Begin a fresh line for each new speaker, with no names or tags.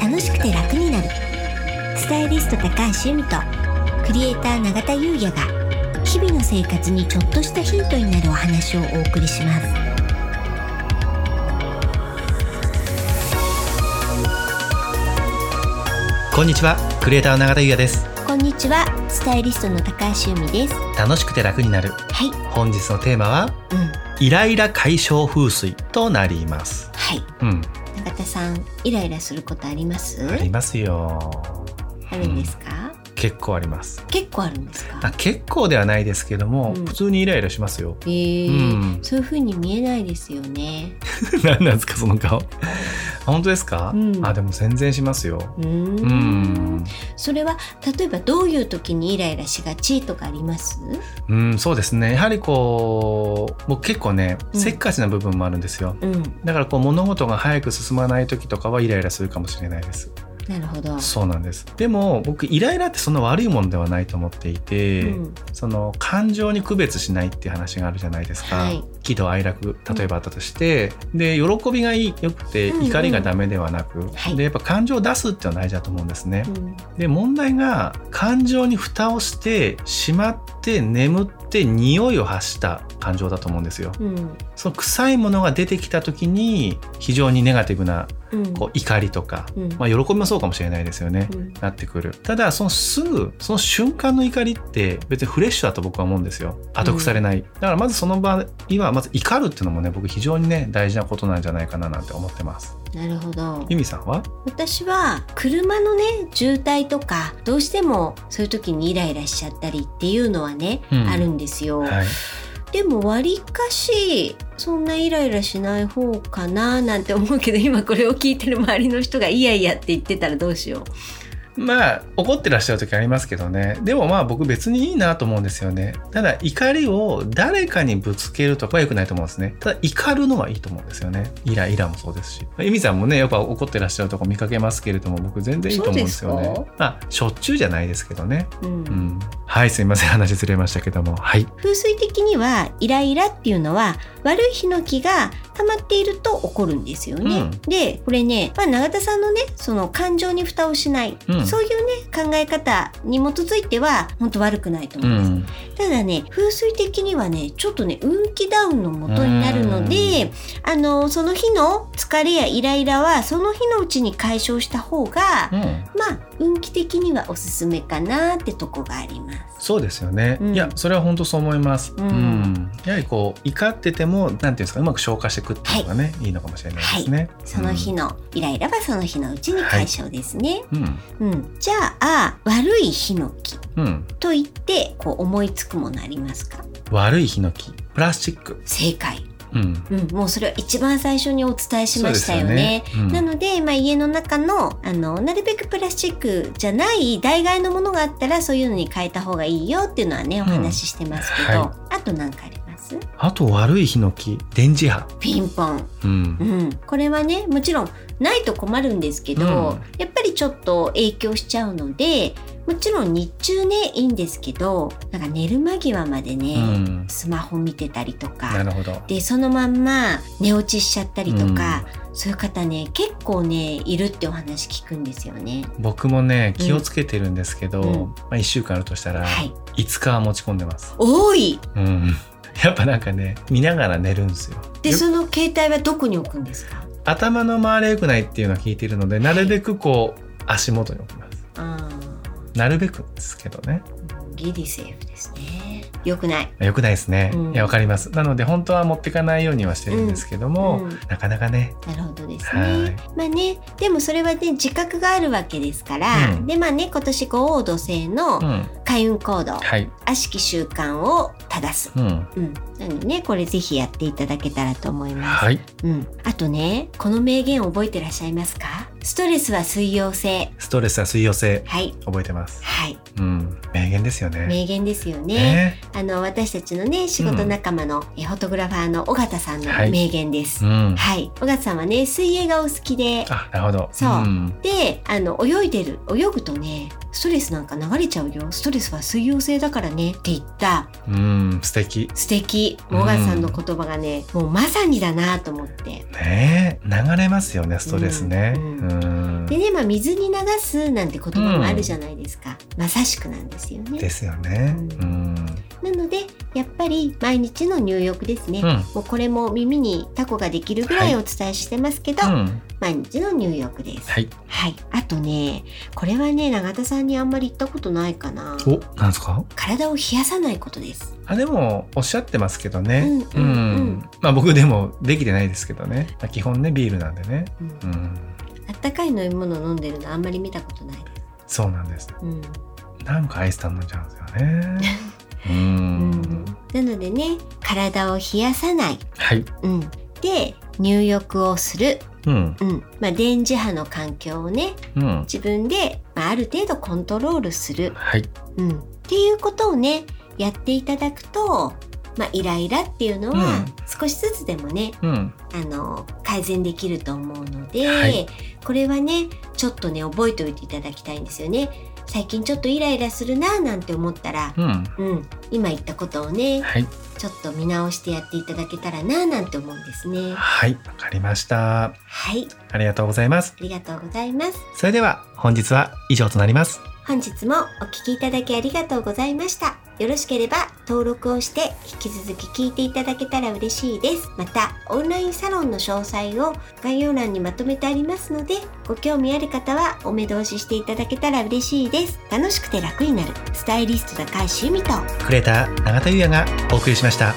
楽しくて楽になるスタイリスト高橋由美とクリエイター永田優也が日々の生活にちょっとしたヒントになるお話をお送りします
こんにちはクリエイターの永田優也です
こんにちはスタイリストの高橋由美ですは
楽しくて楽になる
い
本日のテーマは
うん
イライラ解消風水となります
はい
うん、
永田さんイライラすることあります
ありますよ
あるんですか、
結構あります
結構あるんですか
あ結構ではないですけども、
うん
普通にイライラしますよ
え ー
うん
そういう風に見えないですよね
何なんですかその顔本当ですか、
うん
あでも全然しますよ
うーん
うん
それは例えばどういう時にイライラしがちとかあります
うんそうですねやはりこう僕結構ね
うん
せっかちな部分もあるんですよ、
うん
だからこう物事が早く進まない時とかはイライラするかもしれないです
なるほど
そうなんですでも僕イライラってそんな悪いものではないと思っていて、
うん
その感情に区別しないっていう話があるじゃないですか、
はい
喜怒哀楽例えばあったとして、で喜びがいいよくて
うんうん
怒りがダメではなく、
はい
でやっぱ感情を出すっていうのは大事だと思うんですね、
うん
で問題が感情に蓋をしてしまって眠って匂いを発した感情だと思うんですよ
うん
その臭いものが出てきた時に非常にネガティブな
うん
こう怒りとか、
うん
まあ、喜びもそうかもしれないですよね、
うん
なってくるただそのすぐその瞬間の怒りって別にフレッシュだと僕は思うんですよ後腐れない、だからまずその場合はまず怒るっていうのもね僕非常にね大事なことなんじゃないかななんて思ってます
なるほど
ゆみさんは
私は車のね渋滞とかどうしてもそういう時にイライラしちゃったりっていうのはね、
うん
あるんですよ、
はい
でもわりかしそんなイライラしない方かななんて思うけど今これを聞いてる周りの人がいやいやって言ってたらどうしよ
まあ怒ってらっしゃる時ありますけどねでもまあ僕別にいいなと思うんですよねただ怒りを誰かにぶつけるとかは良くないと思うんですねただ怒るのはいいと思うんですよねイライラもそうですしゆみさんもねやっぱ怒ってらっしゃるとこ見かけますけれども僕全然いいと思うんですよ
そう
ね
です
まあしょっちゅうじゃないですけどね
う、うん
うんはいすいません話ずれましたけどもはい
風水的にはイライラっていうのは悪いヒノキが溜まっていると起こるんですよね。
うん
でこれね、まあ、永田さんのねその感情に蓋をしない、
うん
そういうね考え方に基づいては本当悪くないと思
う
います。
ん
ただね風水的にはねちょっとね運気ダウンの元になるのであのその日の疲れやイライラはその日のうちに解消した方が、
うん
まあ運気的にはおすすめかなってとこがあります。
そうですよね、
うん
いやそれは本当そう思います、
う
うんんやはりこう怒っててもなんていうんですかうまく消化していくっていうのがね、い、いのかもしれないですね、
その日のイライラはその日のうちに解消ですね。
うん、うん
うん。じゃあ、悪いヒノキ
うん、
と言って、こう思いつくものありますか
悪いヒノキプラスチック、
正解。
うん、
うん。もうそれは一番最初にお伝えしましたよ
そう
ね。
ですよね
なので、まあ、家の中のあのなるべくプラスチックじゃない代替のものがあったらそういうのに変えた方がいいよっていうのはねお話ししてますけど、
うんは
あと何かあります
うん、あと悪いヒノキ電磁波、
ピンポン
うん
うん、これはねもちろんないと困るんですけど、
うん
やっぱりちょっと影響しちゃうのでもちろん日中ねいいんですけどなんか寝る間際までね、
うん
スマホ見てたりと
な
か
るほど
でそのまんま寝落ちしちゃったりとか、そういう方ね結構ねいるってお話聞くんですよね。
僕もね気をつけてるんですけど、
うん
まあ、1週間あるとしたら
はい、
5日は持ち込んでます、
多い
うん、やっぱなんかね見ながら寝るんですよ
で
よ
その携帯はどこに置くんですか
頭の周りは良くないっていうのは聞いてるのでなるべくこう足元に置きます
あ
なるべくですけどね
ーギリセーフですね。よくない。
良くないですね、
うん
いやわかりますなので本当は持ってかないようにはしてるんですけども、
うん
なかなかね
なるほどです
は
ね
い。
まあね、でもそれはね、自覚があるわけですから、
うん
でまあね、今年五王土星
う
の
ん
開運行動、
はい
悪しき習慣を正す。
うん
うん。なのでね、これぜひやっていただけたらと思います。
はい
うん。あとね、この名言覚えてらっしゃいますかストレスは水溶性。
ストレスは水溶性
はい。
覚えてます
はい、
うん、名言ですよね。
名言ですよね。
ね
あの私たちのね仕事仲間の、えフォトグラファーの尾形さんの
はい
名言です。
う
はい、
ん。
尾形さんはね水泳がお好きで、
あ、なるほど。
そうんであの泳いでる泳ぐとねストレスなんか流れちゃうよストレスは水溶性だからねって言った
うん、素敵。
素敵
うん
尾形さんの言葉がね、もうまさにだなと思って。
ねえ、流れますよね、ストレスね。
うんう
うん。
でね、まあ、水に流すなんて言葉もあるじゃないですか、まさしくなんですよ
で
ね
すよね。うん。
なのでやっぱり毎日の入浴ですね、
うん。
もうこれも耳にタコができるぐらいお伝えしてますけど、
うん。
毎日の入浴です。
はい。
はい。あとね、これはね、永田さんにあんまり言ったことないかな。
お、なんですか。
体を冷やさないことです。
あ、でも、おっしゃってますけどね。
うんうんうん
まあ、僕でも、できてないですけどね。まあ、基本ね、ビールなんでね。
うん
うん。
あったかい飲み物飲んでるのあんまり見たことないです。
そうなんです。
うん。
なんかアイス頼んじゃうんですよ ね。う
うん
ん。
なのでね、体を冷やさない。
はい。
うん。で、入浴をする。
うん。
うん。まあ、電磁波の環境をね、
うん。
自分で、まあ、ある程度コントロールする。
はい。
うん。っていうことをね、やっていただくと、まあ、イライラっていうのは
うん
少しずつでもね、
うん。
あの改善できると思うので、
はい
これはねちょっとね覚えておいていただきたいんですよね最近ちょっとイライラするなぁなんて思ったら、
うん。
うん、今言ったことをね
はい。
ちょっと見直してやっていただけたらなぁなんて思うんですね
はい。わかりました。
はい
ありがとうございます。
ありがとうございます
それでは、本日は以上となります。
本日もお聞きいただきありがとうございましたよろしければ登録をして引き続き聞いていただけたら嬉しいですまたオンラインサロンの詳細を概要欄にまとめてありますのでご興味ある方はお目通ししていただけたら嬉しいです楽しくて楽になるスタイリスト高橋由美と
クレーター永田裕也がお送りしました。